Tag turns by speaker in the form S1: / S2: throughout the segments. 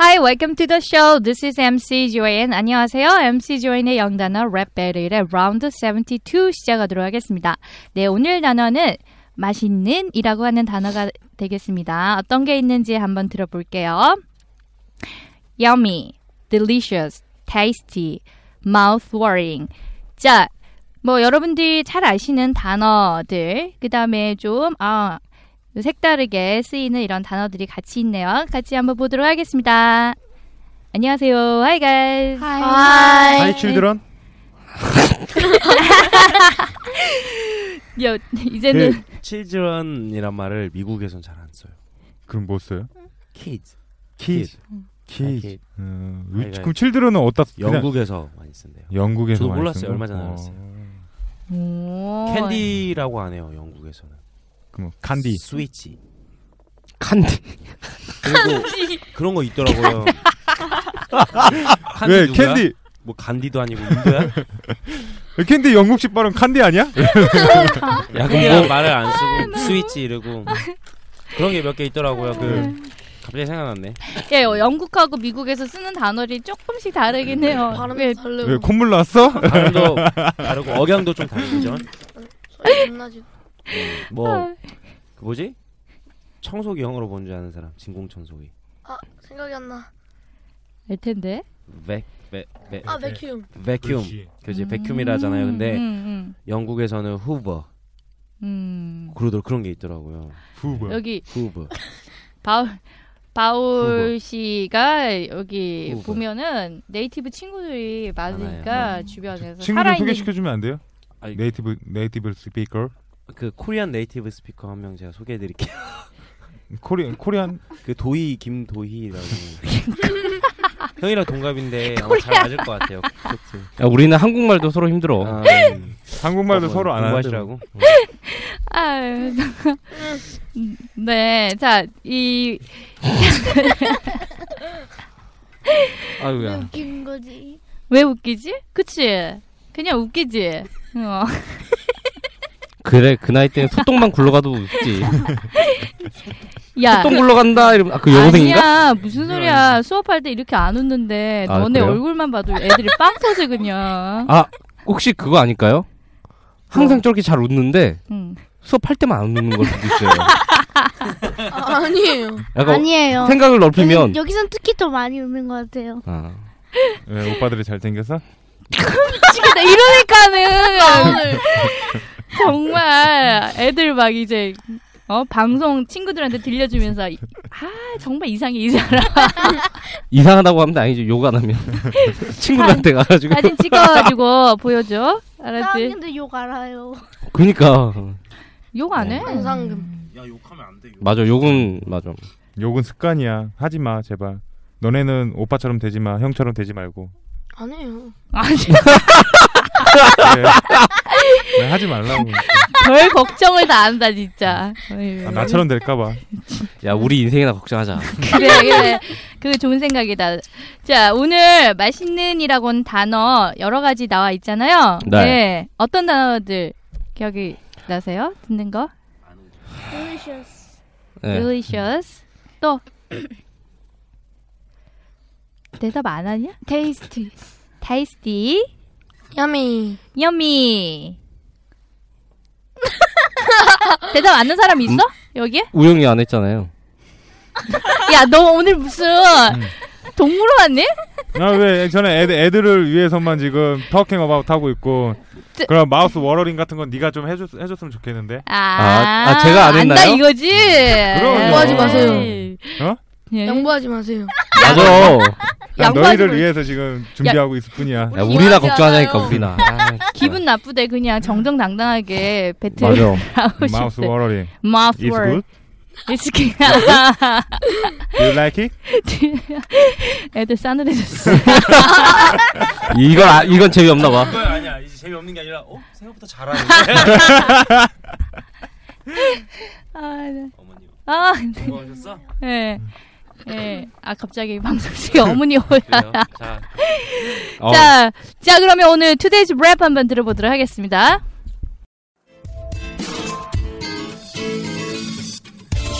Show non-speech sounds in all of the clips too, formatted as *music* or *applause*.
S1: Hi, welcome to the show. This is MC Joanne. 안녕하세요. MC Joanne의 영단어 랩 배틀의 라운드 72 시작하도록 하겠습니다. 네, 오늘 단어는 맛있는이라고 하는 단어가 되겠습니다. 어떤 게 있는지 한번 들어볼게요. Yummy, delicious, tasty, mouth-watering. 자, 뭐 여러분들이 잘 아시는 단어들, 그 다음에 좀 아, 색다르게 쓰이는 이런 단어들이 같이 있네요. 같이 한번 보도록 하겠습니다. 안녕하세요. Hi guys.
S2: Hi.
S3: Hi children.
S1: 야, 이제는
S3: 그 children이란 말을 미국에선 잘 안 써요.
S2: 그럼 뭐 써요?
S3: Kids.
S2: 키즈.
S3: 아,
S2: 키즈.
S3: kid.
S2: 음,
S3: 아이가
S2: 그럼 칠드런은 어디다 쓰- 그냥
S3: 영국에서 많이 쓴대요.
S2: 영국에서
S3: 저도
S2: 많이
S3: 몰랐어요.
S2: 쓰는 거?
S3: 얼마 전에
S2: 어.
S3: 알았어요.
S1: 오.
S3: 캔디라고 안 해요. 영국에서는.
S2: 그럼 뭐 간디.
S3: 스위치.
S4: 칸디
S3: 그리고 그런 거 있더라고요. 칸디
S2: *laughs* 왜
S3: 누구야?
S2: 캔디?
S3: 뭐 간디도 아니고 인도야?
S2: 캔디 영국식 발음 칸디 아니야?
S3: 네. 야 그냥 말을 안 쓰고 스위치 이러고 그런 게 몇 개 있더라고요. 그 갑자기 생각났네.
S1: 예, 어, 영국하고 미국에서 쓰는 단어들이 조금씩 다르긴 해요. 예,
S2: 왜- 왜 콧물 났어?
S3: 발음도 다르고 억양도 좀 다르죠.
S5: 소리
S3: 뭐 그 뭐지? 청소기 영어로 뭔 줄 아는 사람? 진공 청소기.
S5: 아 생각이 안 나.
S1: 알 텐데.
S3: 백, 백, 백,
S4: 네,
S5: 아
S1: 네.
S5: 맥큐움.
S3: 베큐움. 그지 베큐움이라잖아요. 근데
S1: 음,
S3: 영국에서는 후버.
S1: 음,
S3: 그러더 그런 게 있더라고요.
S2: 후보.
S1: 음. 여기
S3: 후버.
S1: 바울 바울 씨가 여기
S3: 후보.
S1: 보면은 네이티브 친구들이 많으니까
S4: 음.
S3: 많아요.
S1: 주변에서
S2: 친구들
S1: 살아있는
S2: 소개시켜 주면 안 돼요?
S3: 아니,
S2: 네이티브 네이티브 스피커.
S3: 그 코리안 네이티브 스피커 한 명 제가 소개해 드릴게요. *laughs*
S2: 코리 코리안
S3: 그 도희 김도희라고. *laughs* 형이랑 동갑인데 아마 잘 맞을 것 같아요. 그치?
S4: 야, 우리는 한국말도 서로 힘들어
S3: 아, 음.
S2: 한국말도 서로 안 하는데.
S3: 공부하시라고.
S1: 아유. 네, 자, 이,
S4: 아유야
S5: 웃긴 거지.
S1: 왜 웃기지? 그치? 그냥 웃기지? 어.
S4: 그래 그 나이 때는 소똥만 굴러가도 웃지
S1: 야.
S4: 소똥 굴러간다 이러면 아그 여고생인가? 네.
S1: 아니야, 무슨 소리야. 수업할 때 이렇게 안 웃는데,
S4: 아,
S1: 너네
S4: 그래요?
S1: 얼굴만 봐도 애들이 빵 터지, 그냥.
S4: 아 혹시 그거 아닐까요? 항상 저렇게 잘 웃는데
S1: 응.
S4: 수업할 때만 안 웃는 걸 수도 있어요
S5: 아, 아니에요.
S4: 약간
S6: 아니에요.
S4: 생각을 넓히면
S6: 여기선 특히 더 많이 울는 것 같아요.
S4: 아,
S2: 예, 오빠들이 잘 생겨서
S1: 미치겠다. 이러니까는,
S2: 아,
S1: 정말, 애들 막 이제, 어, 방송 친구들한테 들려주면서, 이- 아, 정말 이상해, 이 사람.
S4: 이상하다고 하면 아니죠 욕 안 하면 *laughs* 친구들한테 가가지고
S1: 사진 찍어가지고 보여줘. 알았지?
S6: 아, 근데 욕 알아요.
S4: 그니까
S1: 욕
S5: 네?
S1: 안 해?
S2: 어.
S5: 방상금.
S3: 야 욕하면 안 돼.
S4: 그러니까. 맞아 욕은 맞아
S2: 욕은 습관이야. 하지 마, 제발. 너네는 오빠처럼 되지 마, 형처럼 되지 말고.
S5: 아니에요.
S1: 아니,
S2: 그래. 네, 하지 말라고.
S1: 별 걱정을 다 한다, 진짜. 어이,
S2: 아, 나처럼 될까봐.
S4: 야 우리 인생이나 걱정하자
S1: 그래, 그래. 그 좋은 생각이다. 자, 오늘 맛있는이라고 하는 단어 여러 가지 나와 있잖아요. 예.
S4: 네.
S1: 어떤 단어들 기억이 나세요? 듣는 거?
S6: Delicious.
S4: 예.
S1: Delicious. 또. 대답 안 하냐?
S6: Tasty.
S1: Tasty.
S5: 야미.
S1: Yummy. *laughs*
S4: 음.
S1: 대답 안 한 사람 있어? 여기에?
S4: 우영이 안 했잖아요
S1: 야, 너 오늘 무슨
S4: 음.
S1: 동물원 왔니?
S2: 아왜 전에 애들, 애들을 위해서만 지금 터킹 어바웃 하고 있고
S1: 뜨-
S2: 그럼 마우스 워러링 같은 건 네가 좀 해줬, 해줬으면 좋겠는데
S1: 아,
S4: 아, 아, 제가 안
S1: 안다
S4: 했나요?
S1: 이거지. 네.
S2: 그럼요.
S5: 양보하지 마세요.
S2: 어?
S6: 네?
S1: 예.
S6: *laughs*
S5: 양보하지 마세요.
S4: 맞아.
S2: 난
S1: 양보하지
S2: 너희를
S1: 마.
S2: 위해서 지금 준비하고 있을 뿐이야
S4: 야, 우리나
S1: 이해하지
S4: 걱정하자니까
S1: 않아요.
S4: 우리나. 아,
S1: 어, 기분 나쁘대 그냥 정정당당하게 배틀
S4: 맞아.
S1: 하고 싶대.
S2: 마우스 워러링
S1: 마우스
S2: It's good?
S1: It's *laughs* good.
S2: Do you like it?
S1: *laughs* 애들 싸늘해졌어.
S4: 이건 아, 이건 재미없나 봐.
S3: 그건 아니야. 이제 재미없는 게 아니라 어? 생각보다 잘하네.
S1: 아, 네.
S3: 어머님.
S1: 아,
S3: *laughs* 공부하셨어?
S1: 네. 네. 아 갑자기 방송 *laughs* 중에 어머니 오야.
S3: 그래요. 자,
S1: *laughs*
S4: 어.
S1: 자, 자 그러면 오늘 투데이즈 랩 한번 들어보도록 하겠습니다.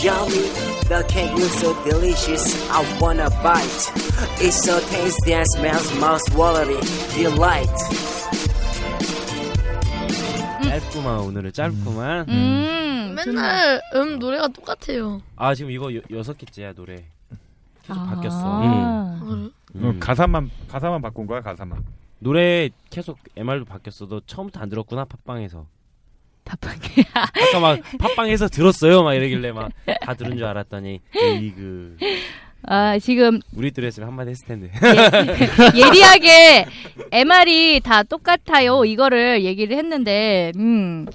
S7: Yummy, the cake looks so delicious. I wanna bite. It's so tasty and smells mouth-watering delight.
S3: 짧구만 오늘은 짧구만.
S1: 음, 좋네.
S5: 맨날 음 노래가 똑같아요.
S3: 아 지금 이거 여, 여섯 개째야 노래. 계속
S1: 아.
S3: 바뀌었어.
S1: 음.
S2: 어, 가사만 가사만 바꾼 거야 가사만
S3: 노래 계속 MR도 바뀌었어. 너 처음부터 안 들었구나 팟빵에서.
S1: 답답해.
S3: 아까 막 팟빵에서 들었어요 막 이러길래 막 다 들은 줄 알았더니 이그
S1: 아 지금
S3: 우리 들었으면 한마디 했을 텐데.
S1: 예, *laughs* 예리하게 MR이 다 똑같아요. 이거를 얘기를 했는데, 음.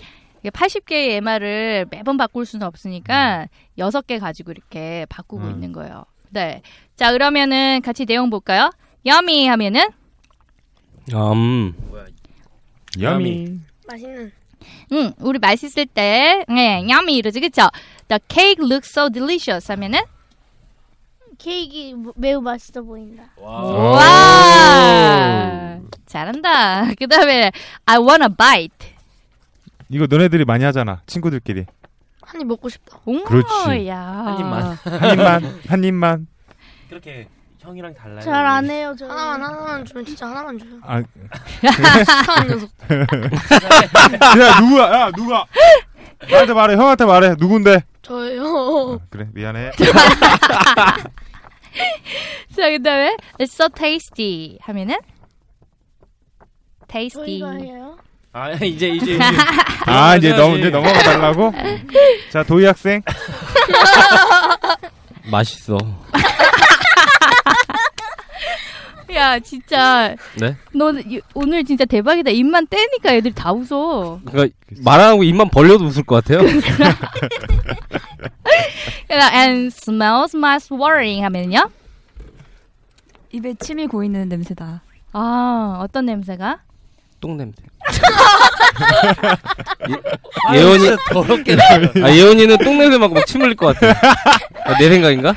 S1: 80개의 MR을 매번 바꿀 수는 없으니까 6개 가지고 이렇게 바꾸고
S3: 음.
S1: 있는 거예요. 네. 자, 그러면은 같이 내용 볼까요? yummy 하면은
S4: 음.
S2: Yummy
S5: 맛있는.
S1: 음, 우리 맛있을 때 네, yummy 이러지. 그쵸 The cake looks so delicious 하면은
S6: 케이크 뭐- 매우 맛있어 보인다.
S3: 와.
S1: 와! 잘한다. *laughs* 그다음에 I wanna bite.
S2: 이거 너네들이 많이 하잖아 친구들끼리
S5: 한 입 먹고 싶다.
S1: 오,
S2: 그렇지.
S1: 야.
S3: 한 입만.
S2: 한 입만 한 입만
S3: 그렇게 형이랑 달라요.
S6: 잘 안 해요 저.
S5: 하나만 하나만 주면 진짜 하나만 줘요.
S2: 아
S6: 아.
S5: 착한 녀석.
S2: 야 누구야 야 누가 나한테 말해 형한테 말해 누군데
S5: 저예요.
S2: 아, 그래 미안해
S1: 자, 그다음에 it's so tasty 하면은 tasty.
S6: 저희가 해요.
S3: 아 이제 이제 이제.
S2: 아 이제 넘
S3: 해야지.
S2: 이제 넘어가 달라고 자 도희 학생
S4: *laughs* 맛있어.
S1: 야, 진짜
S4: 네?
S1: 너 이- 오늘 진짜 대박이다. 입만 떼니까 애들 다 웃어.
S4: 그러니까 말하고 입만 벌려도 웃을 것 같아요.
S1: and smells my swearing 하면요.
S8: 입에 침이 고이는 냄새다.
S1: 아, 어떤 냄새가?
S4: 똥 냄새.
S3: 아,
S4: 예원이-
S3: 진짜 더럽게
S4: 아 예원이는 똥 냄새 맡고 막 침 흘릴 것 같아. 아, 내 생각인가?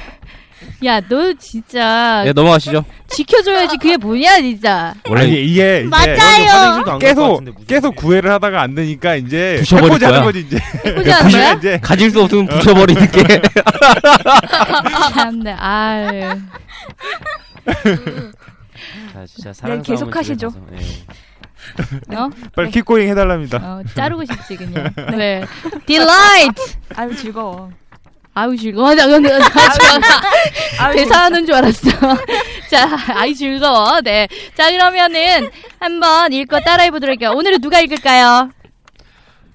S1: 야, 너 진짜
S4: 예 넘어가시죠.
S1: 지켜줘야지. 그게 뭐냐, 진짜.
S4: 원래
S2: 아니 이게 이제
S6: 맞아요.
S2: 계속 계속 구애를 하다가 안 되니까 이제
S4: 부셔버릴
S2: 해보자는
S4: 거야.
S2: 거지 이제
S1: 해보지 않은 거야?
S2: *laughs*
S3: 네.
S2: 이제
S4: 가질 수 없으면 부셔버리는 게.
S3: *laughs*
S1: *laughs* 참네. 아유.
S3: 자, 진짜
S8: 네,
S3: 사랑
S8: 계속하시죠.
S3: 싸움을 집에 가서, 예.
S1: 어?
S2: 빨리 킥고잉 해달랍니다
S1: 어, 자르고 싶지 그냥. 네. delight.
S8: 아유 즐거워.
S1: 아유 즐거워. 나, 나, 나, 나, 나 대사하는 줄 알았어. *laughs* 자, 아이 즐거워. 네. 자 그러면은 한번 읽고 따라해 보도록 할게요. 오늘은 누가 읽을까요?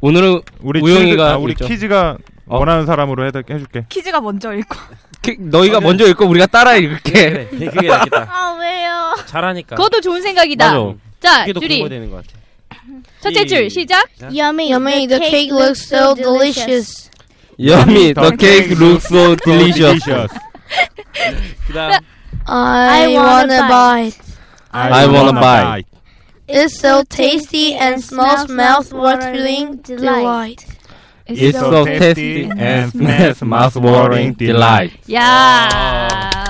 S4: 오늘은
S2: 우리
S4: 우영이가
S2: 친구들- 아, 우리
S4: 있죠.
S2: 키즈가
S4: 어.
S2: 원하는 사람으로 해, 해줄게
S8: 퀴즈가 먼저 읽고.
S4: 키- 너희가 먼저 읽고 우리가 따라
S3: 예.
S4: 읽을게.
S3: 그래, 그래, 그게 낫겠다.
S6: 아 왜요?
S3: 잘하니까.
S1: 그것도 좋은 생각이다.
S3: 맞아.
S1: 자,
S3: 그게 더
S1: 줄이
S3: 공부되는 것 같아.
S1: 첫째 줄 시작.
S6: Yummy,
S5: Yummy, the cake looks so delicious.
S4: Yummy, the cake looks so delicious.
S2: Delicious.
S3: 그다음
S5: I wanna bite.
S4: I wanna buy.
S5: It's so tasty and smells mouth-watering delight.
S4: It's so tasty and smells mouth-watering delight.
S1: 야.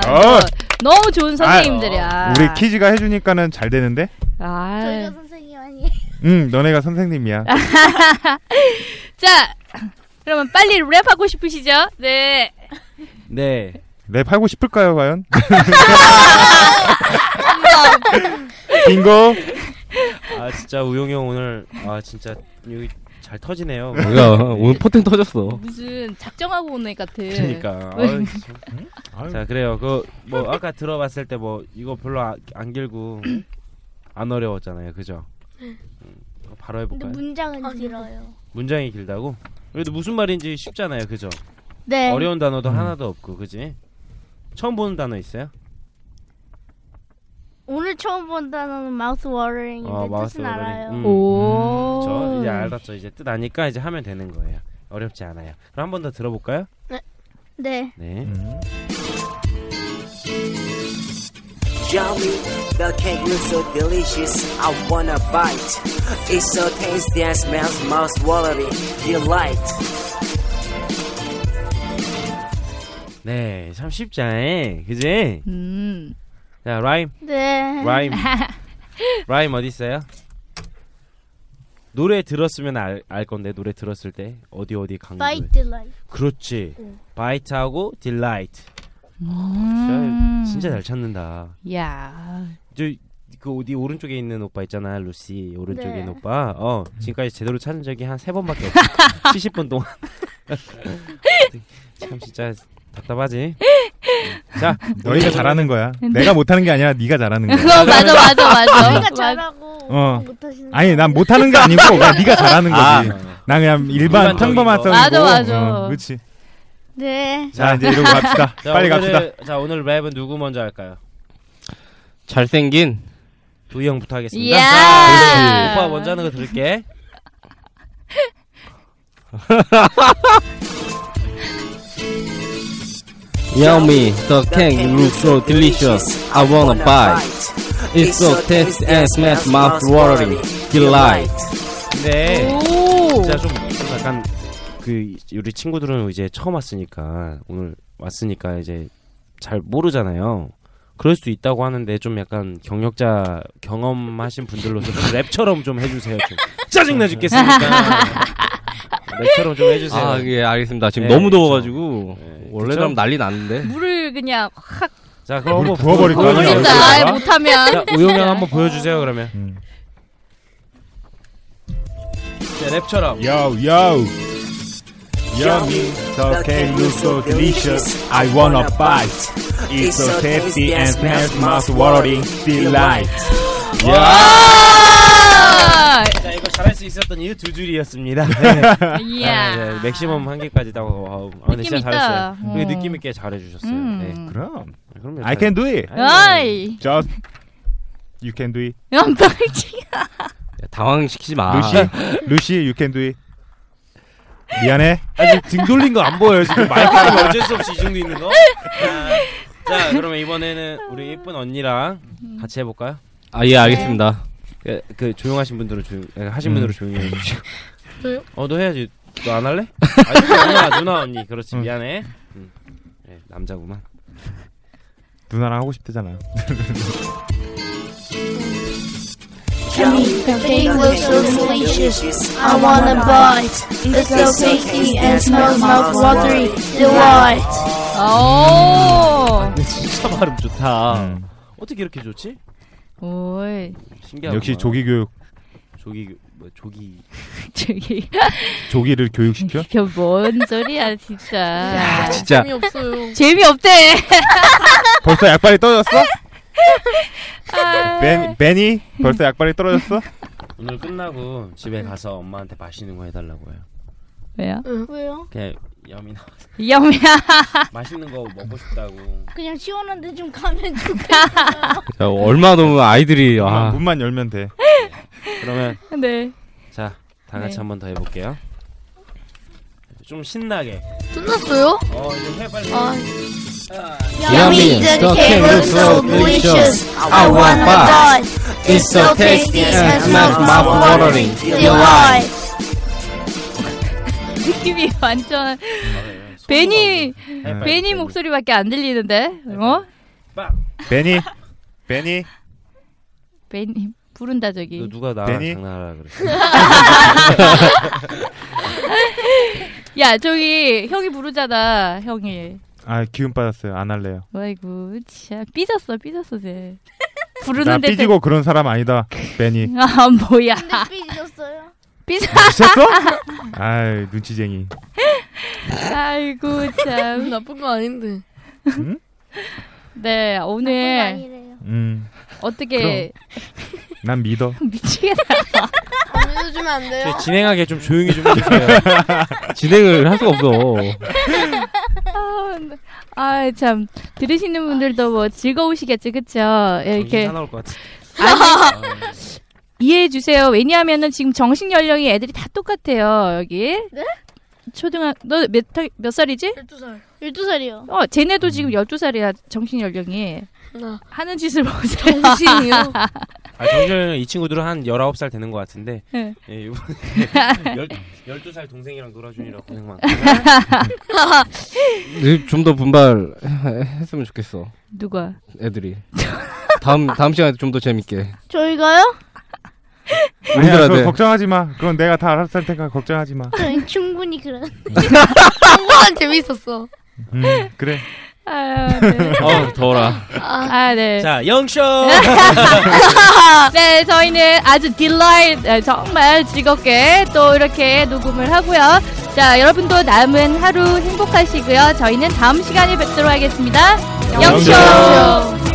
S3: 아,
S2: 어.
S1: 너무 좋은 선생님들이야.
S2: 아, 우리 키즈가 해주니까는 잘 되는데
S1: 아.
S6: 저희가 선생님 아니에요.
S2: 응 너네가 선생님이야
S1: 자, 그러면 빨리 랩하고 싶으시죠? 네.
S3: 네.
S2: 랩 하고 싶을까요 과연 *laughs* 빙고
S3: 아 진짜 우영이 형 오늘 아 진짜 여기 잘 터지네요.
S4: 뭐야 오늘 포텐 터졌어.
S1: 무슨 작정하고 온 애 같은.
S3: 그러니까.
S1: 왜?
S3: 아,
S2: 아유.
S3: 자 그래요. 그 뭐 아까 들어봤을 때 뭐 이거 별로 아- 안 길고 안 어려웠잖아요. 그죠?
S6: 네.
S3: 음, 바로
S6: 근데
S3: 해볼까요?
S6: 문장은 길어요.
S3: 문장이 길다고? 그래도 무슨 말인지 쉽잖아요. 그죠?
S6: 네.
S3: 어려운 단어도 하나도 없고 그지? 처음 보는 단어 있어요?
S6: 오늘 처음 본 단어는 마우스 워터링인데 뜻은
S3: 워더링.
S6: 알아요.
S3: 어, 음.
S1: 오.
S3: 저 이제 알았죠. 이제 뜻 아니까 이제 하면 되는 거예요. 어렵지 않아요. 그럼 한 번 더 들어볼까요?
S6: 네.
S3: 네.
S7: Yummy, the cake looks so delicious. I wanna bite. It's so tasty and smells most watery. Delight.
S3: 네, 참 쉽지 않아. 그지?
S1: 음.
S3: 자, 라임.
S6: 네.
S1: *laughs*
S3: 라임. 라임 어디 있어요? 노래 들었으면 알, 알 건데 노래 들었을 때 어디 어디 강조.
S6: Bite delight.
S3: 그렇지. 바이트하고 딜라이트.
S1: 음.
S3: 진짜 잘 찾는다.
S1: 야.
S3: 저그 어디 오른쪽에 있는 오빠 있잖아, 루시 오른쪽에
S6: 네.
S3: 있는 오빠. 어 지금까지 제대로 찾은 적이 한 세 번밖에
S1: *laughs*
S3: 없어. 70분 동안. 참 진짜 답답하지. 음. 자
S2: 너희가 잘하는 거야. 내가 못하는 게 아니라
S1: *laughs*
S2: 네가 잘하는 거야.
S1: 그거 어, 맞아 맞아 맞아.
S6: 그러니까 잘하고
S2: 어.
S6: 못하시는
S2: 아니 난 못하는 게 아니고 그냥 네가 잘하는 거지. 난 그냥 아. 일반
S3: 일반적인
S2: 평범한
S3: 거.
S2: 사람이고.
S1: 맞아, 맞아.
S2: 어, 그렇지.
S6: 네.
S2: 자 이제 이러고 갑시다.
S3: 자,
S2: 빨리
S3: 오늘의-
S2: 갑시다.
S3: 자 오늘 랩은 누구 먼저 할까요?
S4: 잘생긴
S3: 두이 형부터 하겠습니다.
S1: 이야.
S3: 자, 오빠 먼저 하는 거 들을게.
S4: Yummy, the cake looks so delicious. I wanna bite. It's so tasty and smells mouth-watering. Delight.
S3: 네.
S1: 오.
S3: 진짜 좀, 좀 약간 그 우리 친구들은 이제 처음 왔으니까 오늘 왔으니까 이제 잘 모르잖아요. 그럴 수 있다고 하는데 좀 약간 경력자 경험하신 분들로서 좀 *laughs* 랩처럼 좀 해주세요. 좀.
S1: *laughs*
S3: 짜증나 죽겠으니까 랩처럼 좀 해주세요.
S4: 아, 예, 알겠습니다. 지금
S3: 네,
S4: 너무
S3: 그쵸.
S4: 더워가지고
S3: 네,
S4: 원래라면
S3: 그쵸?
S4: 난리 났는데.
S1: 물을 그냥 확
S3: 자 그럼
S2: 물
S3: 한번
S2: 부어버릴 거 아니야,
S3: 보여주세요.
S1: 버린다.
S2: 얼굴에다가?
S1: 아이, 그러니까 못하면.
S3: 자 우영이 형 한번 보여주세요 그러면.
S2: 음.
S3: 자, 네, 랩처럼.
S2: Yo yo. Yummy, the cake looks so delicious. I wanna bite. It's so tasty and smells mouth-watering. Delight.
S1: 아!
S3: 자 이거 잘할 수 있었던 이유 두 *laughs* 줄이었습니다. 아,
S1: 이야.
S3: 네, 맥시멈 한 개까지 따고 와우. 아, 근데
S1: 느낌
S3: 진짜
S1: 있다.
S3: 잘했어요.
S1: 어.
S3: 되게 느낌 있게 잘해주셨어요.
S1: 음.
S3: 네.
S2: 그럼
S3: 그럼요.
S2: I can do it.
S3: 아이.
S1: 어이.
S2: Just you can do it.
S1: 연방지.
S4: 야, 당황시키지 마.
S2: 아. 루시, 루시, you can do it. 미안해.
S3: 아직 등 돌린 거 안 보여요 지금 마이크가 어쩔 수 없이 이 정도 있는 거. 자, 자 그러면 이번에는
S1: 음.
S3: 우리 예쁜 언니랑 같이 해볼까요?
S4: 아, 예, 알겠습니다.
S3: 그, 그 조용하신 분들은 조용, 에,
S2: 음.
S3: 하신 분들은 조용히 해주시고. 어너 해야지. 너 안 할래? 아, 누나 누나 언니 그렇지
S2: 음.
S3: 미안해. 음. 네, 남자구만.
S2: 누나랑 하고 싶대잖아. 음.
S7: Yummy,
S5: The cake looks so delicious. I wanna bite. It's so tasty
S8: *laughs*
S5: and smells mouth-watering. Delight.
S1: 오.
S3: 근데 *laughs* 진짜 발음 좋다.
S2: 음.
S3: 어떻게 이렇게 좋지?
S1: 오이.
S3: 신기하다.
S2: 역시 조기 교육,
S3: 조기 뭐 조기
S1: 저기
S2: 조기를 교육시켜?
S1: 이게 뭔 소리야 진짜.
S4: 진짜
S5: 없어요.
S1: 재미 없대.
S2: 벌써 약발이 떨어졌어?
S1: 네.
S2: 아. 벤, 벤이 벌써 약발이 떨어졌어?
S3: 오늘 끝나고 집에
S1: 음.
S3: 가서 엄마한테 맛있는 거 해달라고 해요.
S1: 왜요?
S6: 왜요?
S3: 그냥 여민아 *laughs*
S1: 영미야.
S3: 맛있는 거 먹고 싶다고.
S6: 그냥 시원한데 좀 가면 좋
S4: 자, 얼마 넘으면 아이들이 아,
S2: 문만 열면 돼.
S3: 그러면
S1: 네.
S3: 자 다 같이
S1: 네.
S3: 한 번 더 해볼게요. 좀 신나게.
S5: 끝났어요?
S3: 어 이제 해 빨리.
S5: 아.
S4: Yummy, the cake looks so delicious. I want bite. It's so tasty and smells mouth-watering. Delight.
S1: 느낌이 완전 베니
S3: 네.
S1: 베니 목소리밖에 안 들리는데. 어?
S2: 벤이, 벤이,
S1: 베니 부른다
S3: 너
S1: 저기.
S3: 누가 나
S2: 괜히?
S3: 장난하라 *laughs* 그랬어.
S1: 야 저기 형이 부르잖아 형이.
S2: 아 기운 빠졌어요. 안 할래요.
S1: 아이고 진짜 삐졌어 삐졌어 쟤.
S2: 나
S1: 부르는데
S2: 삐지고 그런 사람 아니다. 벤이.
S1: 아 뭐야.
S6: *laughs* 근데 삐졌어요.
S1: 삐져.
S2: 미쳤어? 아이 눈치쟁이.
S1: 아이고 참.
S5: 나쁜 거 아닌데.
S2: 응?
S1: 네, 오늘
S6: 아니래요.
S2: 음,
S1: 어떻게
S2: 난 믿어.
S1: 미치겠다.
S9: 범인도 주면 안 돼요?
S3: *laughs* 저희 진행하게 좀 조용히 좀 해주세요. *laughs* 진행을 할 수가 없어.
S1: 아, 참 들으시는 분들도 뭐 즐거우시겠지, 그쵸? 예,
S3: 이렇게
S1: 이렇게
S3: 나올 것 같아.
S1: 이해해 주세요. 왜냐하면은 지금 정식 연령이 애들이 다 똑같아요. 여기.
S6: 네?
S1: 초등학 너몇 몇 살이지?
S9: 12살.
S6: 12살이요.
S1: 어, 쟤네도 지금 12살이야. 정신 연령이.
S9: 나.
S1: 하는 짓을 보세요.
S9: 정신이요?
S3: 아, 정준이 이 친구들은 한 19살 되는 것 같은데.
S1: 네.
S3: 예, *laughs* 이번에 12살 동생이랑 놀아주느라 고생 많고.
S10: 좀 더 분발했으면 좋겠어.
S1: 누가?
S2: *laughs*
S10: 애들이. 다음 다음 시간에 좀 더 재밌게.
S6: 저희가요?
S2: 아니야,
S10: 우리들한테.
S2: 그거 걱정하지 마. 그건 내가 다 알아서 할 테니까 걱정하지 마.
S6: 저희 충분히 그런.
S9: 한국은 재밌었어.
S2: 음, 그래.
S1: 아, 네.
S3: 어, 더워라.
S1: 아, 네.
S3: 자, 영쇼!
S1: 네, 저희는 아주 딜라이트, 아, 정말 즐겁게 또 이렇게 녹음을 하고요. 자, 여러분도 남은 하루 행복하시고요. 저희는 다음 시간에 뵙도록 하겠습니다. 영쇼!
S2: 영쇼!